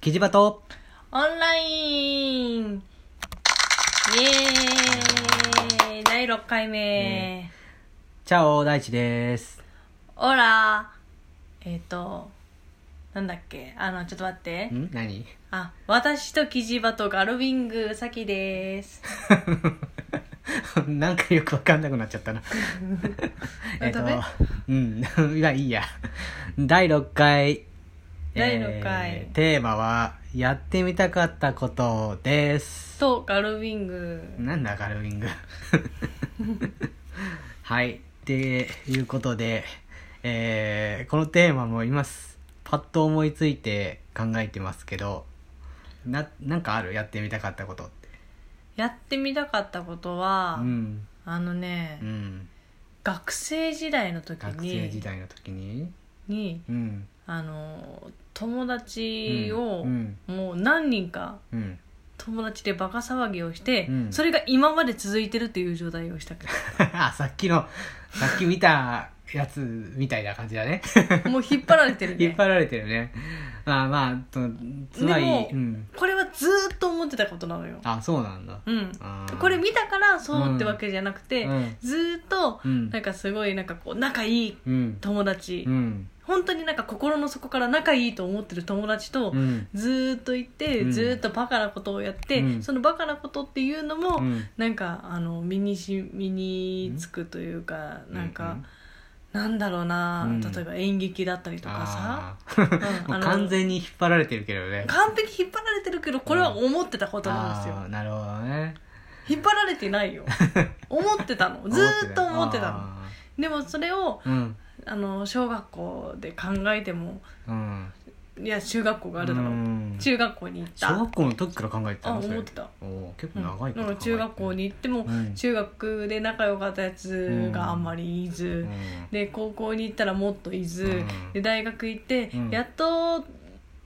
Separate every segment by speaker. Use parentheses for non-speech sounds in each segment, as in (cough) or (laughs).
Speaker 1: キジバト
Speaker 2: オンラインイエーイ第6回目、
Speaker 1: ねチャオ大地です。
Speaker 2: オラえっ、となんだっけあのちょっと待って
Speaker 1: ん何 (laughs)
Speaker 2: あ私とキジバとガルウィングサキです
Speaker 1: なんかよくわかんなくなっちゃっ
Speaker 2: (laughs)
Speaker 1: たな。えっと
Speaker 2: ダメ、
Speaker 1: うん、 (laughs) いや、いいや。第6回。
Speaker 2: 第六回
Speaker 1: えーテーマは、やってみたかったことです。
Speaker 2: とガルウィング
Speaker 1: なんだ、ガルウィング。 (laughs) はい。っていうことで、えーこのテーマも今す、パッと思いついて考えてますけど、な、なんかあるやってみたかったことって。
Speaker 2: やってみたかったことは、
Speaker 1: うん。
Speaker 2: あのね、
Speaker 1: うん。
Speaker 2: 学生時代の時
Speaker 1: 学生時
Speaker 2: に
Speaker 1: 代の時に、
Speaker 2: に
Speaker 1: うん。
Speaker 2: あの友達を、
Speaker 1: うん。
Speaker 2: もう何人か
Speaker 1: うん。 (laughs)
Speaker 2: 友達でバカ騒ぎをして、
Speaker 1: うん
Speaker 2: それが今まで続いてるっていう状態をしたけ
Speaker 1: (laughs) あ、さっきの、さっき見たやつみたいな感じだ
Speaker 2: (laughs)
Speaker 1: ね。
Speaker 2: どもう引っ張られてるね
Speaker 1: 引っ張られてるね。まあまあ、とつまり、
Speaker 2: でも
Speaker 1: うん。
Speaker 2: これはずーっと思ってたことなのよ、
Speaker 1: あ、そうなんだ。
Speaker 2: うん、
Speaker 1: あー
Speaker 2: これ見たからそう思ってわけじゃなくて、
Speaker 1: うん
Speaker 2: ずーっと
Speaker 1: うん
Speaker 2: なんかすごいなんかこう仲いい
Speaker 1: うん。
Speaker 2: 友達、
Speaker 1: うん。
Speaker 2: 本当になんか心の底から仲いいと思ってる友達と、
Speaker 1: うん。
Speaker 2: ずーっと行って、
Speaker 1: うん
Speaker 2: ずーっとバカなことをやって、
Speaker 1: うん
Speaker 2: そのバカなことっていうのも、
Speaker 1: うん
Speaker 2: なんかあの身にし身につくというか、なんか、なんだろうな、
Speaker 1: うん
Speaker 2: 例えば演劇だったりとかさ、
Speaker 1: あー
Speaker 2: うん
Speaker 1: (laughs) も
Speaker 2: あ
Speaker 1: う
Speaker 2: の
Speaker 1: 完全に引っ張られてるけどね。
Speaker 2: 完璧引っ張られてるけどこれは思ってたことなんですよ、
Speaker 1: あーなるほどね。
Speaker 2: 引っ張られ
Speaker 1: (laughs)
Speaker 2: てないよ思ってたのずーっと思ってたの
Speaker 1: あ
Speaker 2: でもそれを
Speaker 1: ーうん。
Speaker 2: あの小学校で考えても
Speaker 1: うん。
Speaker 2: いや中学校があるだろう、
Speaker 1: ん
Speaker 2: 中学校に行った
Speaker 1: 小学校の時から考えてた
Speaker 2: あ
Speaker 1: のそれ
Speaker 2: 思ってた
Speaker 1: おー結
Speaker 2: う
Speaker 1: 構
Speaker 2: ん
Speaker 1: 長いこと
Speaker 2: なんか中学校に行っても、
Speaker 1: うん
Speaker 2: 中学で仲良かったやつがあんまりいず、
Speaker 1: うん
Speaker 2: で高校に行ったらもっといず、
Speaker 1: うん
Speaker 2: で大学行って、
Speaker 1: うん
Speaker 2: やっと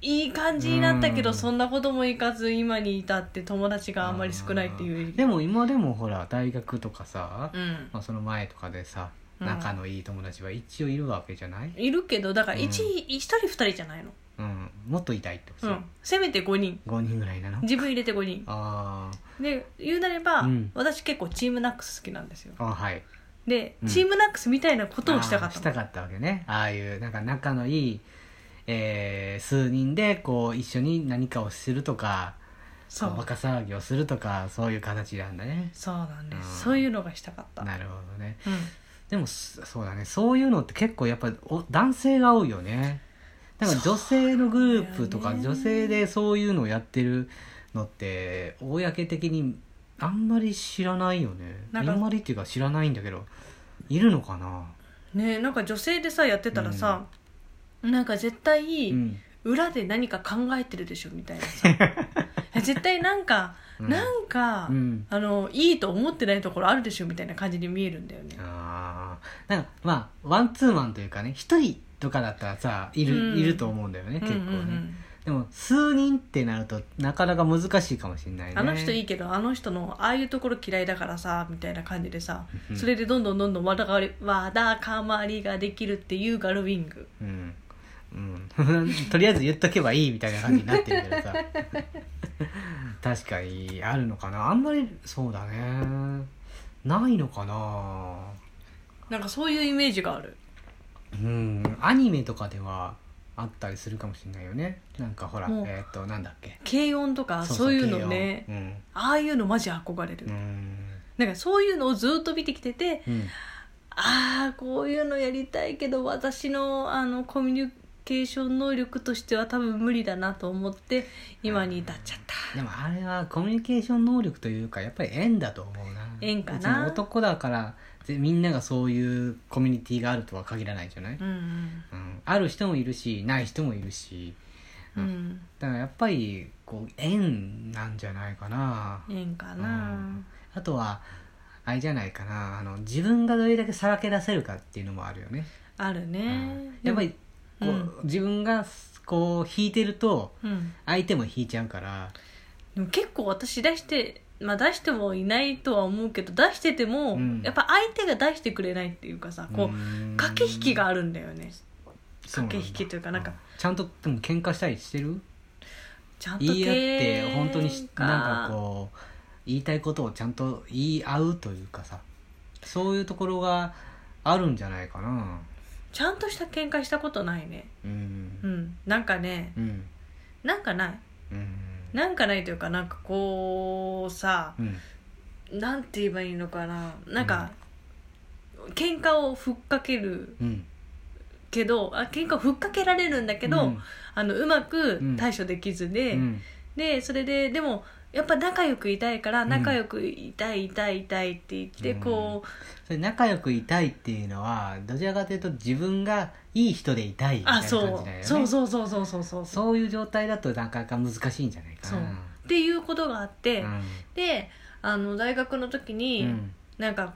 Speaker 2: いい感じになったけど、
Speaker 1: うん
Speaker 2: そんなこともいかず今に至って友達があんまり少ないっていう
Speaker 1: でも今でもほら大学とかさ、
Speaker 2: うん
Speaker 1: まあ、その前とかでさ
Speaker 2: うん
Speaker 1: 仲のいい友達は一応いるわけじゃない、
Speaker 2: いるけどだから
Speaker 1: うん
Speaker 2: 一一人二人じゃないの、
Speaker 1: うん、もっといたいってこと
Speaker 2: う
Speaker 1: さ、
Speaker 2: ん、せめて5人
Speaker 1: 5人ぐらいなの
Speaker 2: 自分入れて5人
Speaker 1: あ
Speaker 2: で言うなれば、
Speaker 1: うん
Speaker 2: 私結構チームナックス好きなんですよ
Speaker 1: ーあはい
Speaker 2: で、
Speaker 1: うん
Speaker 2: チームナックスみたいなことをしたかっ
Speaker 1: あー
Speaker 2: た
Speaker 1: した
Speaker 2: の
Speaker 1: かったわけねああいうなんか仲のいい、えー数人でこう一緒に何かをするとか
Speaker 2: そ
Speaker 1: こう
Speaker 2: う
Speaker 1: バカ騒ぎをするとかそういう形なんだね
Speaker 2: そうなんで
Speaker 1: う
Speaker 2: す、
Speaker 1: ん
Speaker 2: そういうのがしたかった、
Speaker 1: なるほどね
Speaker 2: うん、
Speaker 1: でもそそうだねそういうのって結構やっぱお男性が多いよねだから女性のグループと
Speaker 2: そう
Speaker 1: か
Speaker 2: だよね
Speaker 1: 女性でそういうのをやってるのって公的にあんまり知らないよねあ
Speaker 2: なんか
Speaker 1: んまりっていうか知らないんだけどいるのかな
Speaker 2: ねえなんか女性でさやってたらさ、なんか絶対、
Speaker 1: うん
Speaker 2: 裏で何か考えてるでしょみたい
Speaker 1: (laughs)
Speaker 2: なさ絶対なんか、
Speaker 1: うん
Speaker 2: なんか、
Speaker 1: うん
Speaker 2: あのいいと思ってないところあるでしょみたいな感じに見えるんだよね
Speaker 1: ああんかまあワンツーマンというかね一人とかだったらさいる,、
Speaker 2: うん
Speaker 1: いると思うんだよね結構ね、
Speaker 2: うんうんうん
Speaker 1: でも数人ってなるとなかなか難しいかもしれないね
Speaker 2: あの人いいけどあの人のああいうところ嫌いだからさみたいな感じでさ
Speaker 1: うん
Speaker 2: それでどんどんどんどんわだかわりわだかまりができるっていうガルウィング
Speaker 1: うん、うん、 (laughs) とりあえず言っとけばいいみたいな感じになってるけどさ (laughs) 確かにあるのかなあんまりそうだねないのかな
Speaker 2: なんかそういうイメージがある
Speaker 1: うんアニメとかではあったりするかもしれないよねなんかほら
Speaker 2: もう
Speaker 1: えっ、となんだっけ
Speaker 2: 軽音とかそういうのね
Speaker 1: 軽音
Speaker 2: ああいうのマジ憧れる、
Speaker 1: うんうん
Speaker 2: なんかそういうのをずっと見てきてて
Speaker 1: うん
Speaker 2: ああこういうのやりたいけど私のあのコミュニケーション能力としては多分無理だなと思って今に至っちゃった
Speaker 1: でもあれはコミュニケーション能力というかやっぱり縁だと思うな
Speaker 2: 縁かな
Speaker 1: うちの男だからぜみんながそういうコミュニティがあるとは限らないじゃない、
Speaker 2: うん
Speaker 1: うん、ある人もいるしない人もいるし
Speaker 2: うん、
Speaker 1: だからやっぱりこう縁なんじゃないかな
Speaker 2: うん、縁か
Speaker 1: う
Speaker 2: なん
Speaker 1: あとはあれじゃないかなあの自分がどれだけさらけ出せるかっていうのもあるよね、
Speaker 2: あるね、
Speaker 1: うんやっぱりこう、
Speaker 2: うん
Speaker 1: 自分がこう引いてると
Speaker 2: うん
Speaker 1: 相手も引いちゃうから
Speaker 2: でも結構私出してまあ出してもいないとは思うけど出してても、
Speaker 1: うん
Speaker 2: やっぱ相手が出してくれないっていうかさこう、
Speaker 1: ん
Speaker 2: 駆け引きがあるんだよね
Speaker 1: そうなんだ
Speaker 2: 駆け引きというかなんか
Speaker 1: ちゃんとでも喧嘩したりしてる
Speaker 2: ちゃんと
Speaker 1: 言い合って
Speaker 2: 経営
Speaker 1: 本当にし
Speaker 2: か
Speaker 1: なんかこう言いたいことをちゃんと言い合うというかさそういうところがあるんじゃないかな
Speaker 2: ちゃんとした喧嘩したことないね
Speaker 1: う
Speaker 2: うんんなんかね
Speaker 1: うん
Speaker 2: なんかない
Speaker 1: うん
Speaker 2: なんかないというかなんかこうさ
Speaker 1: うん
Speaker 2: なんて言えばいいのかななんか、喧嘩をふっかける
Speaker 1: うん
Speaker 2: けどあ喧嘩をふっかけられるんだけど、うあのうまく対処できず
Speaker 1: うん
Speaker 2: で、
Speaker 1: うん
Speaker 2: でそれででもやっぱ仲良くいたいから
Speaker 1: うん
Speaker 2: 仲良くいたいいたいいたいって言って、
Speaker 1: うん
Speaker 2: こ
Speaker 1: それ仲良くいたいっていうのはどちらかというと自分がいい人でいたいみ
Speaker 2: う
Speaker 1: たい
Speaker 2: あ
Speaker 1: な感じだ
Speaker 2: そう,、
Speaker 1: よね
Speaker 2: そうそうそうそうそうそうそう
Speaker 1: そういう状態だとなかなか難しいんじゃないかな
Speaker 2: っていうことがあって、
Speaker 1: うん
Speaker 2: であの大学の時に、
Speaker 1: うん
Speaker 2: なんか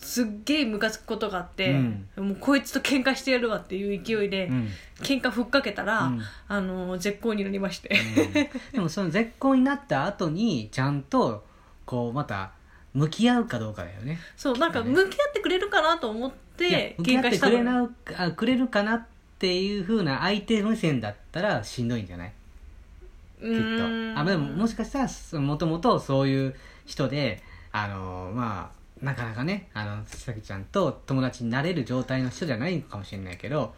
Speaker 2: すっげえムカつくことがあって、もうこいつと喧嘩してやるわっていう勢いで、
Speaker 1: うん
Speaker 2: 喧嘩ふっかけたら、
Speaker 1: うん
Speaker 2: あの絶好になりまして、
Speaker 1: うんでもその絶好になった後にちゃんとこうまた向き合うかどうかだよね。
Speaker 2: (laughs) そうなんか向き合ってくれるかなと思っ
Speaker 1: いや
Speaker 2: て
Speaker 1: 向き
Speaker 2: 喧
Speaker 1: 合っ
Speaker 2: 嘩
Speaker 1: て
Speaker 2: し
Speaker 1: く
Speaker 2: た
Speaker 1: れ
Speaker 2: の
Speaker 1: なあくれるかなっていうふうな相手目線だったらしんどいんじゃない
Speaker 2: う
Speaker 1: きっと
Speaker 2: ーん
Speaker 1: あでももしかしたらもともとそういう人であのまあなかなかねあのさきちゃんと友達になれる状態の人じゃないのかもしれないけど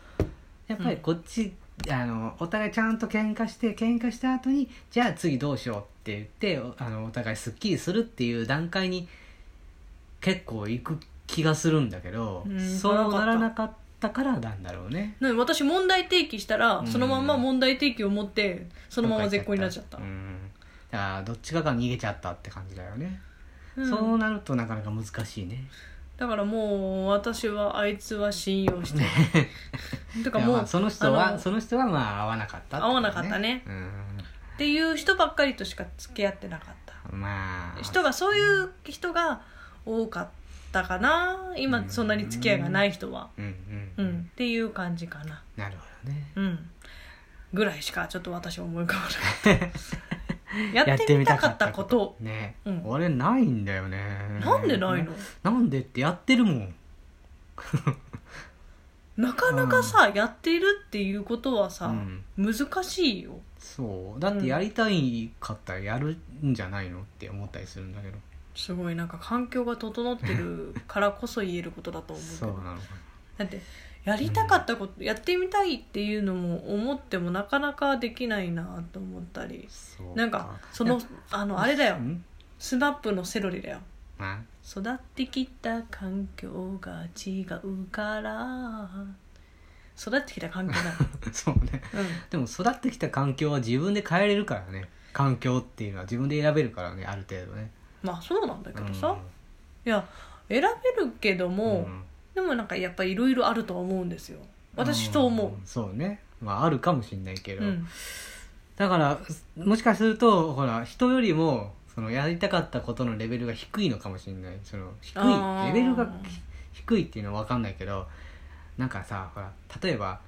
Speaker 1: やっぱりこっち、あのお互いちゃんと喧嘩して喧嘩した後にじゃあ次どうしようって言っておあのお互いすっきりするっていう段階に結構行く気がするんだけど、
Speaker 2: うん
Speaker 1: そうならなかったからなんだろうね。
Speaker 2: なんで私問題提起したら
Speaker 1: ん
Speaker 2: そのまんま問題提起を持ってそのまま絶好になっちゃった
Speaker 1: うんだからどっちかが逃げちゃったって感じだよね、
Speaker 2: うん
Speaker 1: そうなるとなかなか難しいね
Speaker 2: だからもう私はあいつは信用してないて
Speaker 1: (laughs)
Speaker 2: か
Speaker 1: いや
Speaker 2: もう
Speaker 1: まあその人
Speaker 2: あ
Speaker 1: は
Speaker 2: の
Speaker 1: その人はまあ合わなかったてこと
Speaker 2: 合わなかったね
Speaker 1: う
Speaker 2: っていう人ばっかりとしか付き合ってなかった
Speaker 1: んまあ
Speaker 2: 人がそういう人が多かったかな今そんなに付き合いがない人は
Speaker 1: うんう、
Speaker 2: うんんっていう感じかな
Speaker 1: なるほどね
Speaker 2: うんぐらいしかちょっと私は思い浮かばなか (laughs) ったやってみたかったこと
Speaker 1: ね、
Speaker 2: うん
Speaker 1: 俺ないんだよね
Speaker 2: なんでないの
Speaker 1: なんでってやってるもん
Speaker 2: なかなかさ、やってるっていうことはさ、
Speaker 1: うん
Speaker 2: 難しいよ
Speaker 1: そうだってやりたいかったらやるんじゃないのって思ったりするんだけど
Speaker 2: すごいなんか環境が整ってるからこそ言えることだと思うけ
Speaker 1: そう
Speaker 2: ど
Speaker 1: なのかな
Speaker 2: だってやりたかったこと、やってみたいっていうのも思ってもなかなかできないなと思ったり
Speaker 1: そう
Speaker 2: なんかそのあのあれだよ
Speaker 1: うん
Speaker 2: スマップのセロリだよ
Speaker 1: あ (laughs)
Speaker 2: 育ってきた環境が違うから育ってきた環境だよ、
Speaker 1: (laughs) そうねでも育ってきた環境は自分で変えれるからね環境っていうのは自分で選べるからねある程度ね
Speaker 2: うん、まあそうなんだけどさ、
Speaker 1: うん
Speaker 2: いや選べるけども、
Speaker 1: ん
Speaker 2: でもなんかやっぱいろいろあるとは思うんですよ私と思
Speaker 1: んそうねまああるかもしれないけ
Speaker 2: う、
Speaker 1: ど、
Speaker 2: うん
Speaker 1: だからもしかするとほら人よりもそのやりたかったことのレベルが低いのかもしれないその低
Speaker 2: あー
Speaker 1: いレベルが低いっていうのは分かんないけどなんかさほら例えば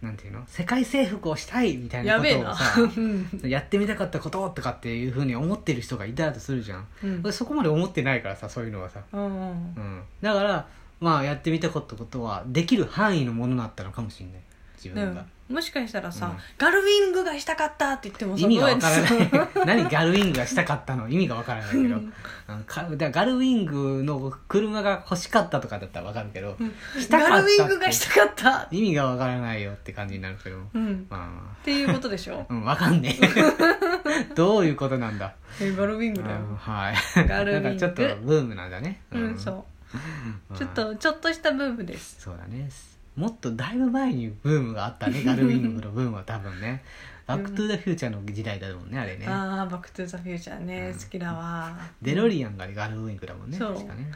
Speaker 1: なんていうの世界征服をしたいみたいな
Speaker 2: や
Speaker 1: こ
Speaker 2: べえ
Speaker 1: と
Speaker 2: な
Speaker 1: をさやってみたかったこととかっていうふうに思ってる人がいたらとするじゃん
Speaker 2: うん
Speaker 1: 俺そこまで思ってないからさそういうのはさ、
Speaker 2: うんうん
Speaker 1: うん、だからまあやってみたことことはできる範囲のものだったのかもしれない自
Speaker 2: う
Speaker 1: 分が
Speaker 2: ん、もしかしたら
Speaker 1: う
Speaker 2: さ、
Speaker 1: ん
Speaker 2: ガルウィングがしたかったって言ってもさ
Speaker 1: 意味が
Speaker 2: どう
Speaker 1: わ
Speaker 2: やって
Speaker 1: か
Speaker 2: さ
Speaker 1: らない (laughs) 何ガルウィングがしたかったの意味がわからないけど、
Speaker 2: う
Speaker 1: うんんかだからガルウィングの車が欲しかったとかだったらわかるけど、したかった
Speaker 2: ガ
Speaker 1: っ
Speaker 2: ル
Speaker 1: て
Speaker 2: ウィングがしたかった、
Speaker 1: 意味がわからないよって感じになるけど、
Speaker 2: うん、
Speaker 1: まあま
Speaker 2: っていうことでし
Speaker 1: (laughs)
Speaker 2: ょ
Speaker 1: あうんわかんね
Speaker 2: (laughs)
Speaker 1: えどういうことなんだ、
Speaker 2: えガルウィン
Speaker 1: う
Speaker 2: グだ
Speaker 1: ん、
Speaker 2: よ、
Speaker 1: はい
Speaker 2: ガルウィング
Speaker 1: なんかちょっとブームなんだね
Speaker 2: うんそう
Speaker 1: まあ
Speaker 2: ちょっとちょっとしたブームです
Speaker 1: そうだねもっとだいぶ前にブームがあったねガルウィングのブームは多分
Speaker 2: (laughs)
Speaker 1: ね「バック・トゥ・ザ・フューチャー」の時代だもんねあれね
Speaker 2: ああバック・トゥ・ザ・フューチャーね、
Speaker 1: うん
Speaker 2: 好きだわ
Speaker 1: デロリアンがガルウィングだもんね
Speaker 2: そう
Speaker 1: 確かね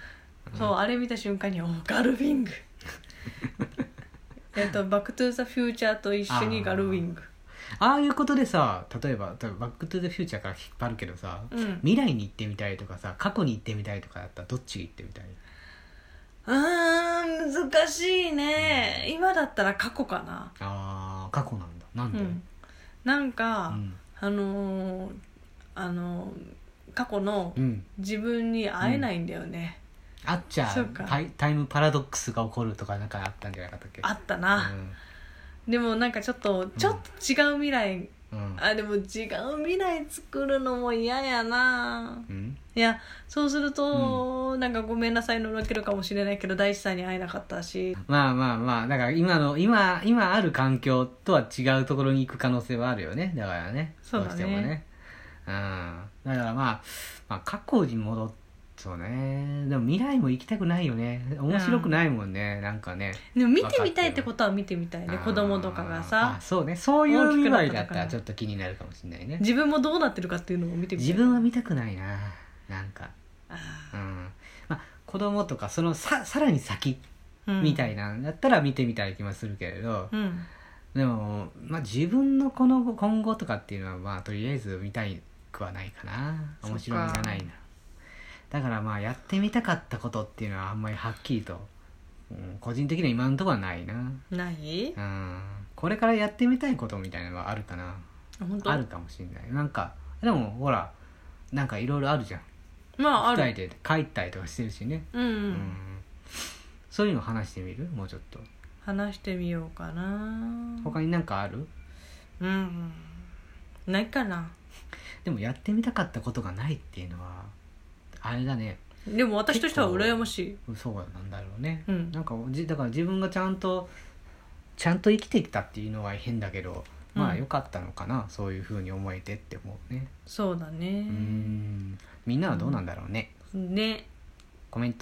Speaker 2: そうあれ見た瞬間に「おガルウィン
Speaker 1: (laughs)
Speaker 2: グ」えっと「バック・トゥ・ザ・フューチャー」と一緒にガルウィング
Speaker 1: ああいうことでさ例えば例えばバック・トゥ・ザ・フューチャーから引っ張るけどさ、
Speaker 2: うん
Speaker 1: 未来に行ってみたいとかさ過去に行ってみたいとかだったらどっち行ってみたいう
Speaker 2: ーん難しいね、今だったら過去かな
Speaker 1: あー過去なんだなん
Speaker 2: う
Speaker 1: で、
Speaker 2: んなん
Speaker 1: う
Speaker 2: か、
Speaker 1: ん
Speaker 2: あのーあのー過去の
Speaker 1: うん
Speaker 2: 自分に会えないんだよね、
Speaker 1: あっちゃ
Speaker 2: そうか
Speaker 1: タイタイムパラドックスが起こるとかなんかあったんじゃなかったっけ
Speaker 2: あったな、
Speaker 1: うん
Speaker 2: でもなんかちょっとちょっと違う未来
Speaker 1: うん
Speaker 2: あでも違う未来作るのも嫌やな
Speaker 1: うん
Speaker 2: いやそうすると、なんかごめんなさいのろけるかもしれないけど大地さんに会えなかったし
Speaker 1: まあまあまあだから今の今今ある環境とは違うところに行く可能性はあるよねだからね
Speaker 2: そうだね
Speaker 1: どしてもねうんだからまあ、まあ、過去に戻ってそうねでも未来も行きたくないよね面白くないもんね、なんかね
Speaker 2: でも見てみたいってことは見てみたいね
Speaker 1: あー
Speaker 2: 子供とかがさ
Speaker 1: あそうねそういう未来だ
Speaker 2: 大き
Speaker 1: っ
Speaker 2: くなっ
Speaker 1: た
Speaker 2: たから
Speaker 1: らちょっと気になるかもしれないね
Speaker 2: 自分もどうなってるかっていうのを見てみた
Speaker 1: 自
Speaker 2: い
Speaker 1: 分は見たくないななんか
Speaker 2: あ
Speaker 1: うんまあ子供とかそのささらに先
Speaker 2: ーうん
Speaker 1: みたいなんだったら見てみたい気もするけれど、
Speaker 2: うん
Speaker 1: でも、まあ、自分のこの後今後とかっていうのはまあとりあえず見たいくはないかな
Speaker 2: そっか
Speaker 1: 面白みがないなだからまあやってみたかったことっていうのはあんまりはっきりと、うん、個人的には今のところはないな
Speaker 2: ない
Speaker 1: うんこれからやってみたいことみたいなのはあるかな
Speaker 2: 本当
Speaker 1: あるかもしれないなんかでもほらなんかいろいろあるじゃん
Speaker 2: まああ
Speaker 1: 二
Speaker 2: る
Speaker 1: 人で帰ったりとかしてるしね、
Speaker 2: うん、う
Speaker 1: うん
Speaker 2: ん、
Speaker 1: そういうの話してみるもうちょっと
Speaker 2: 話してみようかな
Speaker 1: 他になんかある
Speaker 2: うんないかな
Speaker 1: でもやってみたかったことがないっていうのはあれだね
Speaker 2: でも私としては羨ましい
Speaker 1: そうなんだろうね、
Speaker 2: うん
Speaker 1: なんかじだから自分がちゃんとちゃんと生きてきたっていうのは変だけどま
Speaker 2: う
Speaker 1: あ
Speaker 2: ん
Speaker 1: 良かったのかな、そういうふうに思えてって思うね
Speaker 2: そうだ
Speaker 1: う
Speaker 2: ね
Speaker 1: んみんなはどうなんだろうね
Speaker 2: ね
Speaker 1: コメント